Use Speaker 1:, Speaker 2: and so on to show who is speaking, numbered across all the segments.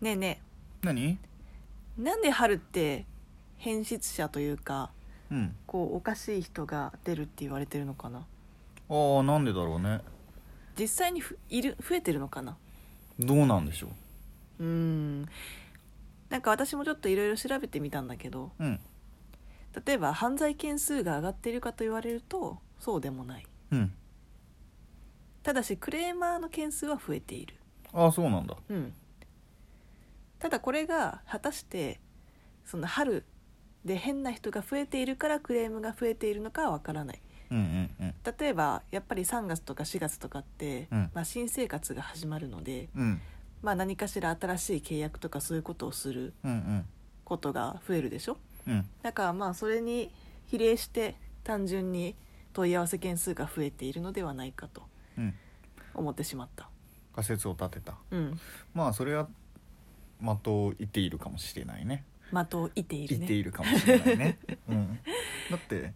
Speaker 1: ねえね
Speaker 2: 何
Speaker 1: えなんで春って変質者というか
Speaker 2: うん
Speaker 1: こうおかしい人が出るって言われてるのかな
Speaker 2: ああなんでだろうね
Speaker 1: 実際にふいる増えてるのかな
Speaker 2: どうなんでしょ
Speaker 1: うーんなんか私もちょっといろいろ調べてみたんだけど
Speaker 2: ううん
Speaker 1: 例えば犯罪件数が上がっているかと言われるとそうでもない
Speaker 2: うん
Speaker 1: ただしクレーマーの件数は増えている
Speaker 2: ああそうなんだ
Speaker 1: うんただこれが果たしてその春で変な人が増えているからクレームが増えているのかはわからない
Speaker 2: うんうん
Speaker 1: 例えばやっぱり3月とか4月とかって、
Speaker 2: うん
Speaker 1: まあ、新生活が始まるので、
Speaker 2: うんうん
Speaker 1: まあ、何かしら新しい契約とかそういうことをする
Speaker 2: うん
Speaker 1: ことが増えるでしょ
Speaker 2: うんうん
Speaker 1: だからまあそれに比例して単純に問い合わせ件数が増えているのではないかと
Speaker 2: うん
Speaker 1: 思ってしまった
Speaker 2: 仮説を立てた
Speaker 1: うん
Speaker 2: まあそれは的を射っているかもしれないね
Speaker 1: 的を射ている
Speaker 2: 言
Speaker 1: ね
Speaker 2: っているかもしれない ね、うん、だって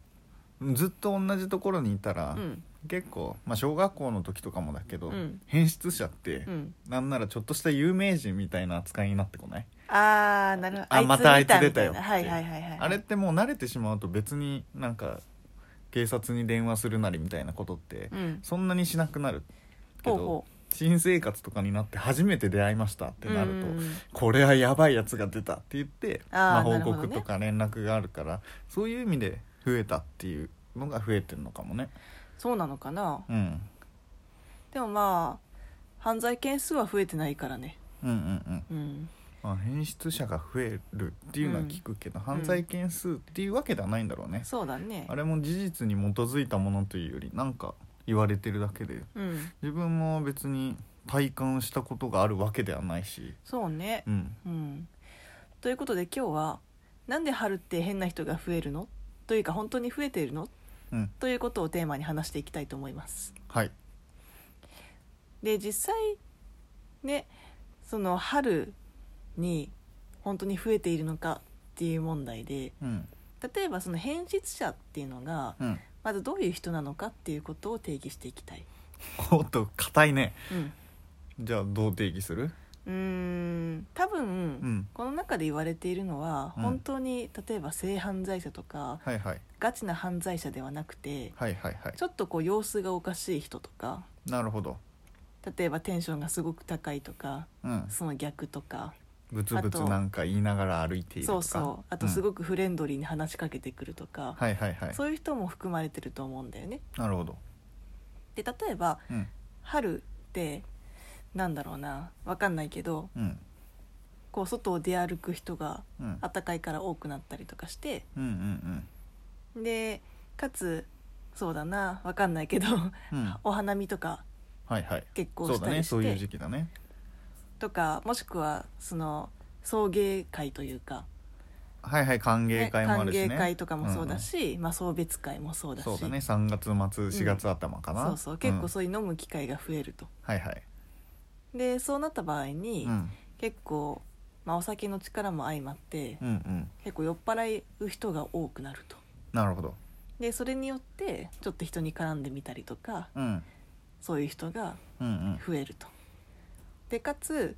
Speaker 2: ずっと同じところにいたら、
Speaker 1: うん
Speaker 2: 結構、まあ、小学校の時とかもだけど、
Speaker 1: うん
Speaker 2: 変質者って、
Speaker 1: うん
Speaker 2: なんならちょっとした有名人みたいな扱いになってこない、
Speaker 1: ああなるほど
Speaker 2: あまたあいつ出たよ
Speaker 1: みいなはいはいはいはい
Speaker 2: あれってもう慣れてしまうと別になんか警察に電話するなりみたいなことって、
Speaker 1: うん
Speaker 2: そんなにしなくなるけ
Speaker 1: ほ
Speaker 2: ど
Speaker 1: うほ
Speaker 2: 新生活とかになって初めて出会いましたって
Speaker 1: う
Speaker 2: なると、
Speaker 1: うんうん
Speaker 2: これはやばいやつが出たって言ってま
Speaker 1: あー
Speaker 2: あ、
Speaker 1: なる
Speaker 2: 報
Speaker 1: ほどね
Speaker 2: 告とか連絡があるから、そういう意味で増えたっていうのが増えてるのかもね
Speaker 1: そうなのかな
Speaker 2: うん
Speaker 1: でもまあ犯罪件数は増えてないからね
Speaker 2: うんうんうん
Speaker 1: うん
Speaker 2: まあ、変質者が増えるっていうのは聞くけど、犯罪件数っていうわけではないんだろうね、
Speaker 1: そうだね
Speaker 2: あれも事実に基づいたものというよりなんか言われてるだけで
Speaker 1: うん
Speaker 2: 自分も別に体感したことがあるわけではないし
Speaker 1: そうね
Speaker 2: うん
Speaker 1: うんということで今日はなんで春って変な人が増えるのというか本当に増えているの
Speaker 2: うん
Speaker 1: ということをテーマに話していきたいと思います
Speaker 2: はい
Speaker 1: で実際ねその春に本当に増えているのかっていう問題で
Speaker 2: うん
Speaker 1: 例えばその変質者っていうのが
Speaker 2: うん
Speaker 1: まずどういう人なのかっていうことを定義していきたい
Speaker 2: おっと硬いね
Speaker 1: うん
Speaker 2: じゃあどう定義する
Speaker 1: うーん多分、
Speaker 2: うん
Speaker 1: この中で言われているのは
Speaker 2: うん
Speaker 1: 本当に、例えば性犯罪者とか
Speaker 2: はいはい
Speaker 1: ガチな犯罪者ではなくて
Speaker 2: はいはいはい
Speaker 1: ちょっとこう様子がおかしい人とか
Speaker 2: なるほど
Speaker 1: 例えばテンションがすごく高いとか
Speaker 2: うん
Speaker 1: その逆とか
Speaker 2: ブツブ
Speaker 1: あ
Speaker 2: ツ
Speaker 1: と
Speaker 2: なんか言いながら歩いていると
Speaker 1: そ
Speaker 2: か
Speaker 1: うそうあとす
Speaker 2: く、
Speaker 1: ごくフレンドリーに話しかけてくるとか、
Speaker 2: はいはいはい
Speaker 1: そういう人も含まれてると思うんだよね。
Speaker 2: なるほど
Speaker 1: で例えば
Speaker 2: うん
Speaker 1: 春ってなんだろうなわかんないけど
Speaker 2: うん
Speaker 1: こう外を出歩く人が
Speaker 2: うん
Speaker 1: 暖かいから多くなったりとかして
Speaker 2: うんうん
Speaker 1: でかつそうだなわかんないけど
Speaker 2: うんうん
Speaker 1: お花見とか
Speaker 2: はいはい
Speaker 1: 結婚
Speaker 2: そう
Speaker 1: し
Speaker 2: だ
Speaker 1: た
Speaker 2: ね
Speaker 1: りして
Speaker 2: そういう時期だね
Speaker 1: とかもしくはその送迎会というか、
Speaker 2: はいはい歓
Speaker 1: ね
Speaker 2: 迎会もあ
Speaker 1: 歓
Speaker 2: るしね
Speaker 1: 迎会とかもそうだ、し、まあ、送別会もそうだし
Speaker 2: うんうんそうだね3月末4月頭かな、
Speaker 1: そうそう結構
Speaker 2: ん
Speaker 1: そういう飲む機会が増えると、
Speaker 2: はいはい、
Speaker 1: でそうなった場合に、
Speaker 2: うん、
Speaker 1: 結構、まあ、お酒の力も相まって、
Speaker 2: うんうん
Speaker 1: 結構酔っ払う人が多くなると
Speaker 2: なるほど
Speaker 1: でそれによってちょっと人に絡んでみたりとか
Speaker 2: うん
Speaker 1: そういう人が
Speaker 2: うんうん
Speaker 1: 増えるとでかつ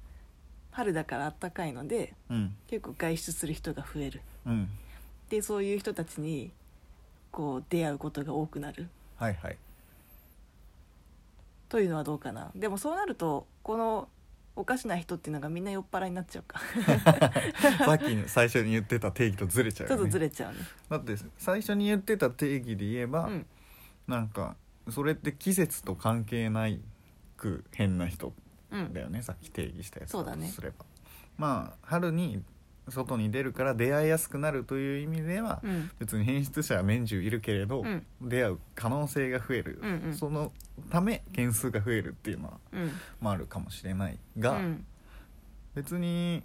Speaker 1: 春だから暖かいので
Speaker 2: うん
Speaker 1: 結構外出する人が増える
Speaker 2: うん
Speaker 1: でそういう人たちにこう出会うことが多くなる
Speaker 2: はい はい
Speaker 1: というのはどうかなでもそうなるとこのおかしな人っていうのがみんな酔っ払いになっちゃう か
Speaker 2: さっきの最初に言ってた定義とずれちゃう
Speaker 1: ちょ
Speaker 2: よ、
Speaker 1: っ
Speaker 2: ね、
Speaker 1: とずれちゃうね
Speaker 2: だって最初に言ってた定義で言えば、
Speaker 1: うん
Speaker 2: なんかそれって季節と関係ないく変な人
Speaker 1: う
Speaker 2: だ
Speaker 1: ん
Speaker 2: よね、さっき定義したやつ
Speaker 1: そうだね
Speaker 2: とすれば、まあ春に外に出るから出会いやすくなるという意味では、
Speaker 1: うん
Speaker 2: 別に変質者は年中いるけれど、
Speaker 1: うん
Speaker 2: 出会う可能性が増える、
Speaker 1: うんうん
Speaker 2: そのため件数が増えるっていうのは、
Speaker 1: うん
Speaker 2: まあ、あるかもしれないうが、
Speaker 1: ん
Speaker 2: 別に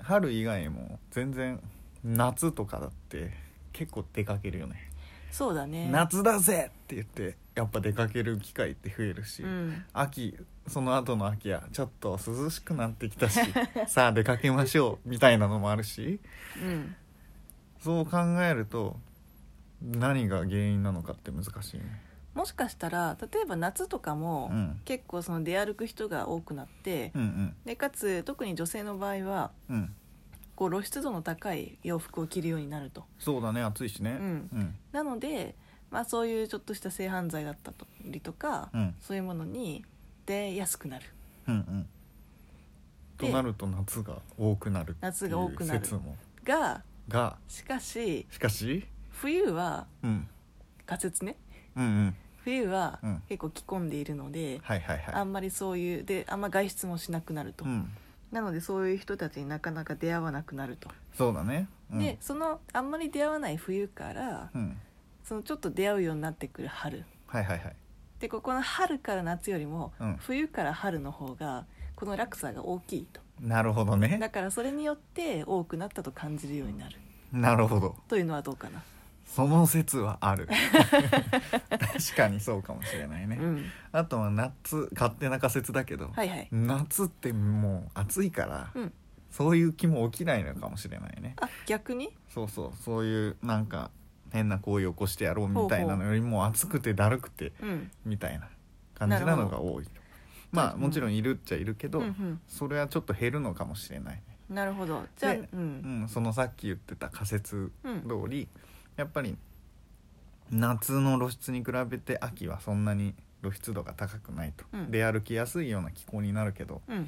Speaker 2: 春以外も全然夏とかだって結構出かけるよね、
Speaker 1: そうだね
Speaker 2: 夏だぜって言ってやっぱ出かける機会って増えるし、
Speaker 1: うん
Speaker 2: 秋その後の秋はちょっと涼しくなってきたし さあ出かけましょうみたいなのもあるし
Speaker 1: うん
Speaker 2: そう考えると何が原因なのかって難しいね
Speaker 1: もしかしたら例えば夏とかも、
Speaker 2: うん
Speaker 1: 結構その出歩く人が多くなって、
Speaker 2: うん
Speaker 1: でかつ特に女性の場合は
Speaker 2: うんうん
Speaker 1: こう露出度の高い洋服を着るようになると
Speaker 2: そうだね暑いしね
Speaker 1: うん
Speaker 2: うん
Speaker 1: なので、まあ、そういうちょっとした性犯罪だったりとか、
Speaker 2: うん
Speaker 1: そういうものに出やすくなる
Speaker 2: うんうんと
Speaker 1: で
Speaker 2: なると夏が多くなるっていう
Speaker 1: 夏が多くなる
Speaker 2: 説も
Speaker 1: が
Speaker 2: が
Speaker 1: しかし
Speaker 2: しかし、
Speaker 1: 冬は
Speaker 2: うん、
Speaker 1: 仮説ね
Speaker 2: うんうん
Speaker 1: 冬は
Speaker 2: うん
Speaker 1: 結構着込んでいるので、
Speaker 2: はいはい
Speaker 1: あ
Speaker 2: はい
Speaker 1: んまりそういうであんま外出もしなくなると、
Speaker 2: うん
Speaker 1: なのでそういう人たちになかなか出会わなくなると、
Speaker 2: そうだねうん
Speaker 1: でそのあんまり出会わない冬から、
Speaker 2: うん
Speaker 1: そのちょっと出会うようになってくる春
Speaker 2: はいはいはい
Speaker 1: でここの春から夏よりも、
Speaker 2: うん
Speaker 1: 冬から春の方がこの落差が大きいと
Speaker 2: なるほど
Speaker 1: だ
Speaker 2: ね
Speaker 1: からそれによって多くなったと感じるようになる
Speaker 2: なるほど
Speaker 1: というのはどうかな、
Speaker 2: その説は ある確かにそうかもしれないね、
Speaker 1: うん、
Speaker 2: あとは夏勝手な仮説だけど、
Speaker 1: はいはい
Speaker 2: 夏ってもう暑いから、
Speaker 1: うん
Speaker 2: そういう気も起きないのかもしれないね
Speaker 1: あ逆に
Speaker 2: そうそうそういうなんか変な行為を起こしてやろうみたいなのよりも暑くてだるくて
Speaker 1: うん
Speaker 2: みたいな感じなのが多いまあ
Speaker 1: うん
Speaker 2: もちろんいるっちゃいるけど、
Speaker 1: うんうん
Speaker 2: それはちょっと減るのかもしれない、
Speaker 1: なるほどじゃあ、う、
Speaker 2: でうんん、そのさっき言ってた仮説
Speaker 1: うん
Speaker 2: 通りやっぱり夏の露出に比べて秋はそんなに露出度が高くないと、
Speaker 1: うん
Speaker 2: 出歩きやすいような気候になるけど
Speaker 1: うん、
Speaker 2: っ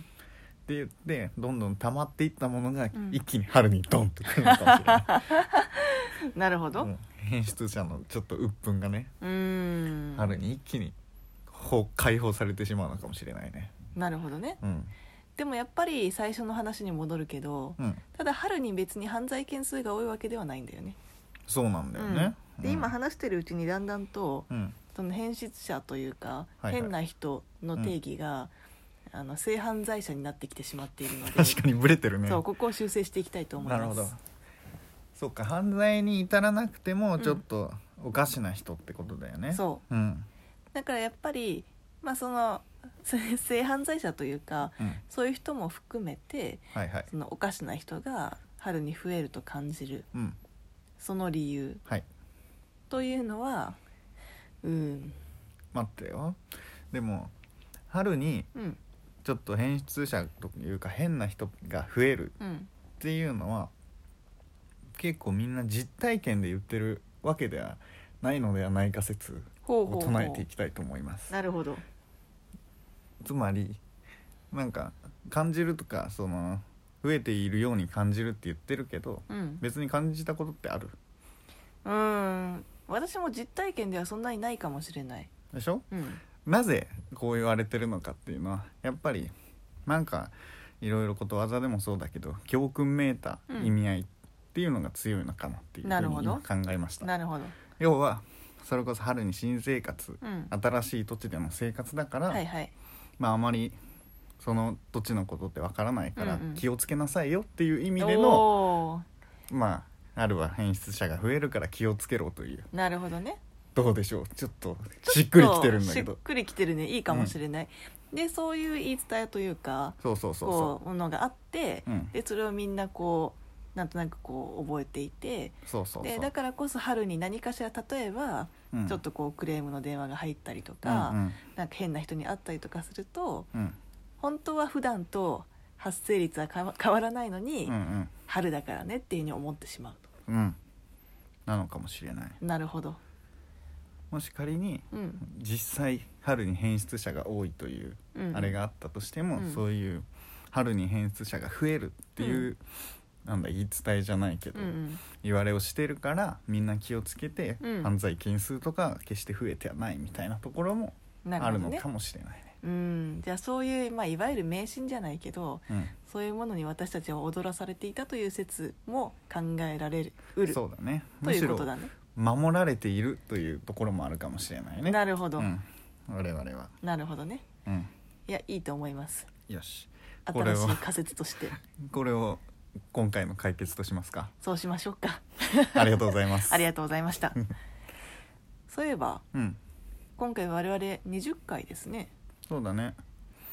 Speaker 2: て言ってどんどん溜まっていったものが
Speaker 1: ん
Speaker 2: 一気に春にドンと来るのかもしれない
Speaker 1: なるほど
Speaker 2: もう編出者のちょっと鬱憤がね、
Speaker 1: うーん
Speaker 2: 春に一気にほ解放されてしまうのかもしれないね
Speaker 1: なるほどね
Speaker 2: うん
Speaker 1: でもやっぱり最初の話に戻るけど
Speaker 2: うん
Speaker 1: ただ春に別に犯罪件数が多いわけではないんだよね
Speaker 2: そうなんだよね、
Speaker 1: うんで
Speaker 2: うん
Speaker 1: 今話してるうちにだんだんと
Speaker 2: うん
Speaker 1: その変質者というか、
Speaker 2: はいはい
Speaker 1: 変な人の定義が、あの性犯罪者になってきてしまっているので
Speaker 2: 確かにブレてるね
Speaker 1: そうここを修正していきたいと思い
Speaker 2: な
Speaker 1: ます
Speaker 2: るほどそうか犯罪に至らなくてもちょっとおかしな人ってことだよね、
Speaker 1: そう
Speaker 2: うん
Speaker 1: だからやっぱり、まあ、その せ性犯罪者というか
Speaker 2: うん
Speaker 1: そういう人も含めて
Speaker 2: はいはい
Speaker 1: そのおかしな人が春に増えると感じる
Speaker 2: うん
Speaker 1: その理由
Speaker 2: はい
Speaker 1: というのはうん
Speaker 2: 待ってよでも春に
Speaker 1: うん
Speaker 2: ちょっと変質者というか変な人が増える
Speaker 1: うん
Speaker 2: っていうのは結構みんな実体験で言ってるわけではないのではないか説
Speaker 1: ほうほ
Speaker 2: を
Speaker 1: うほう
Speaker 2: 唱えていきたいと思います
Speaker 1: なるほど
Speaker 2: つまりなんか感じるとかその増えているように感じるって言ってるけど
Speaker 1: うん
Speaker 2: 別に感じたことってある
Speaker 1: うん私も実体験ではそんなにないかもしれない
Speaker 2: でしょ
Speaker 1: うん
Speaker 2: なぜこう言われてるのかっていうのはやっぱりなんかいろいろことわざでもそうだけど教訓めいた意味合いっていうのが強いのかなっていうふう
Speaker 1: なる
Speaker 2: に
Speaker 1: ほど
Speaker 2: 今考えました。
Speaker 1: なるほど
Speaker 2: 要はそれこそ春に新生活、
Speaker 1: うん
Speaker 2: 新しい土地での生活だから、
Speaker 1: はいはい
Speaker 2: まああまりその土地のことってわからないから
Speaker 1: うんうん
Speaker 2: 気をつけなさいよっていう意味での、
Speaker 1: お
Speaker 2: まああるは変質者が増えるから気をつけろという
Speaker 1: ーなるほどね
Speaker 2: どうでしょうちょっとしっくりきてるんだけ
Speaker 1: し
Speaker 2: ど
Speaker 1: っくりきてるねいいかもしれない、でそういう言い伝えというか
Speaker 2: そうそうそうそ
Speaker 1: こうものがあって、
Speaker 2: うん
Speaker 1: でそれをみんなこうなんとなくこう覚えていて
Speaker 2: うそうそうそう
Speaker 1: でだからこそ春に何かしら例えば、
Speaker 2: うん
Speaker 1: ちょっとこうクレームの電話が入ったりとか、
Speaker 2: うん
Speaker 1: なんか変な人に会ったりとかすると
Speaker 2: うん
Speaker 1: 本当は普段と発生率はかわ変わらないのに、
Speaker 2: うんうん
Speaker 1: 春だからねっていうふうに思ってしまう
Speaker 2: うんうんなのかもしれない
Speaker 1: となるほど
Speaker 2: もし仮に
Speaker 1: うん
Speaker 2: 実際春に変質者が多いという
Speaker 1: うん
Speaker 2: あれがあったとしても、
Speaker 1: うん
Speaker 2: そういう春に変質者が増えるっていう、なんだ言い伝えじゃないけど、
Speaker 1: うんうん
Speaker 2: 言われをしてるからみんな気をつけて、
Speaker 1: うん
Speaker 2: 犯罪件数とか決して増えてはないみたいなところも
Speaker 1: な
Speaker 2: あ
Speaker 1: る
Speaker 2: る
Speaker 1: ほど
Speaker 2: の
Speaker 1: ね
Speaker 2: かもしれないね。
Speaker 1: うんじゃあそういう、まあ、いわゆる迷信じゃないけどそういうものに私たちは踊らされていたという説も考えられるう
Speaker 2: うん、
Speaker 1: る
Speaker 2: そうだね
Speaker 1: と
Speaker 2: む
Speaker 1: い
Speaker 2: し
Speaker 1: うこ
Speaker 2: ろ
Speaker 1: とだね
Speaker 2: 守られているというところもあるかもしれないね。
Speaker 1: なるほど、
Speaker 2: うん、我々は、
Speaker 1: なるほどね
Speaker 2: うん、
Speaker 1: いやいいと思います
Speaker 2: よしこれ
Speaker 1: 新し
Speaker 2: を
Speaker 1: い仮説として
Speaker 2: これを今回の解決としますか
Speaker 1: そうしましょうか
Speaker 2: ありがとうございま す
Speaker 1: ありがとうございましたそういえば
Speaker 2: うん
Speaker 1: 今回我々20回ですね
Speaker 2: そうだね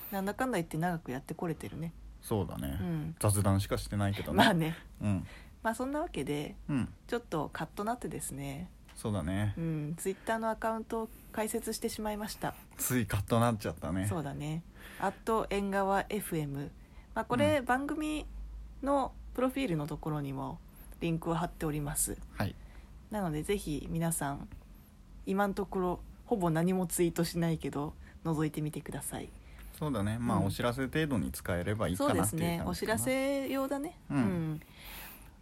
Speaker 1: なんだかんだ言って長くやってこれてるね
Speaker 2: そうだね、
Speaker 1: うん
Speaker 2: 雑談しかしてないけどね、
Speaker 1: まあね
Speaker 2: うん
Speaker 1: まあそんなわけで
Speaker 2: うん
Speaker 1: ちょっとカッとなってですね
Speaker 2: そうだね
Speaker 1: うんツイッターのアカウントを開設してしまいました
Speaker 2: ついカッとなっちゃったね
Speaker 1: そうだね「アット縁側 FM」まあ、これ、番組のプロフィールのところにもリンクを貼っております
Speaker 2: はい
Speaker 1: なのでぜひ皆さん今のところほぼ何もツイートしないけど覗いてみてください
Speaker 2: そうだねまあ、
Speaker 1: うん
Speaker 2: お知らせ程度に使えればいい
Speaker 1: そ
Speaker 2: か
Speaker 1: うで
Speaker 2: なっ
Speaker 1: す
Speaker 2: ていう
Speaker 1: ねお
Speaker 2: 感じ
Speaker 1: 知
Speaker 2: かな
Speaker 1: らせ用だね
Speaker 2: うん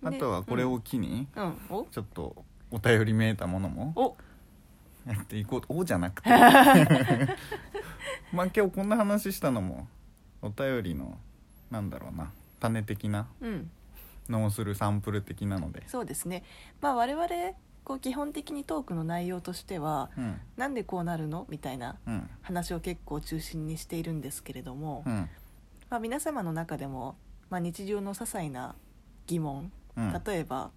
Speaker 2: あ
Speaker 1: で
Speaker 2: とはこれを機に、
Speaker 1: うん、うんお
Speaker 2: ちょっとお便りめいたものも
Speaker 1: お
Speaker 2: やっていこうと「お」じゃなく てまあ今日こんな話したのもお便りのなんだろうな種的な
Speaker 1: うん
Speaker 2: のをするサンプル的なので、
Speaker 1: そうですねまあ我々こう基本的にトークの内容としては
Speaker 2: うん
Speaker 1: なんでこうなるのみたいな
Speaker 2: うん
Speaker 1: 話を結構中心にしているんですけれども、
Speaker 2: うん
Speaker 1: まあ、皆様の中でも、まあ、日常の些細な疑問、
Speaker 2: うん、
Speaker 1: 例えば、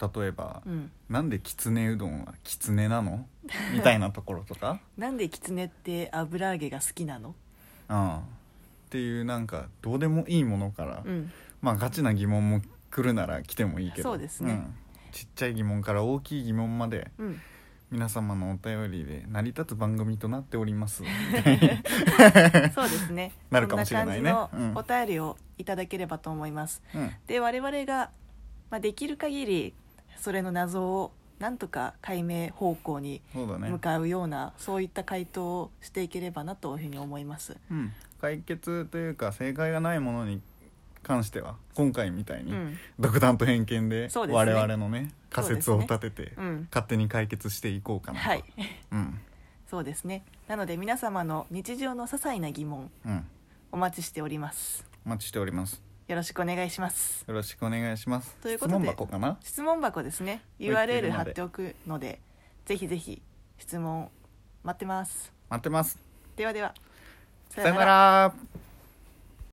Speaker 2: 例えば、
Speaker 1: うん、
Speaker 2: なんできつねうどんはきつね なのみたいなところとか、
Speaker 1: なんでキツネって油揚げが好きなの、
Speaker 2: うん、っていうなんかどうでもいいものから、
Speaker 1: うん、
Speaker 2: まあガチな疑問も来るなら来てもいいけど
Speaker 1: そうですね
Speaker 2: んちっちゃい疑問から大きい疑問まで
Speaker 1: うん、
Speaker 2: 皆様のお便りで成り立つ番組となってお ります
Speaker 1: そうですね
Speaker 2: なるかもしれないね
Speaker 1: そんな感じ
Speaker 2: うん
Speaker 1: のお便りをいただければと思います、
Speaker 2: うん
Speaker 1: で我々が、まあ、できる限りそれの謎をなんとか解明方向に
Speaker 2: そうだね
Speaker 1: 向かうような、そういった回答をしていければなというふうに思います、
Speaker 2: うん、解決というか正解がないものに関しては今回みたいうに
Speaker 1: ん
Speaker 2: 独断と偏見で
Speaker 1: そうですね
Speaker 2: 我々のね仮説を
Speaker 1: そうです
Speaker 2: 立てて
Speaker 1: うん、
Speaker 2: 勝手に解決していこうかなと
Speaker 1: はい
Speaker 2: うん
Speaker 1: そうですねなので皆様の日常の些細な疑問
Speaker 2: うん
Speaker 1: お待ちしております
Speaker 2: お待ちしております
Speaker 1: よろしくお願いします
Speaker 2: よろしくお願いします
Speaker 1: ということで
Speaker 2: 質問箱かな
Speaker 1: 質問箱ですね
Speaker 2: い
Speaker 1: URL 貼っておくのでぜひぜひ質問待ってます
Speaker 2: 待ってます
Speaker 1: ではでは
Speaker 2: さよなら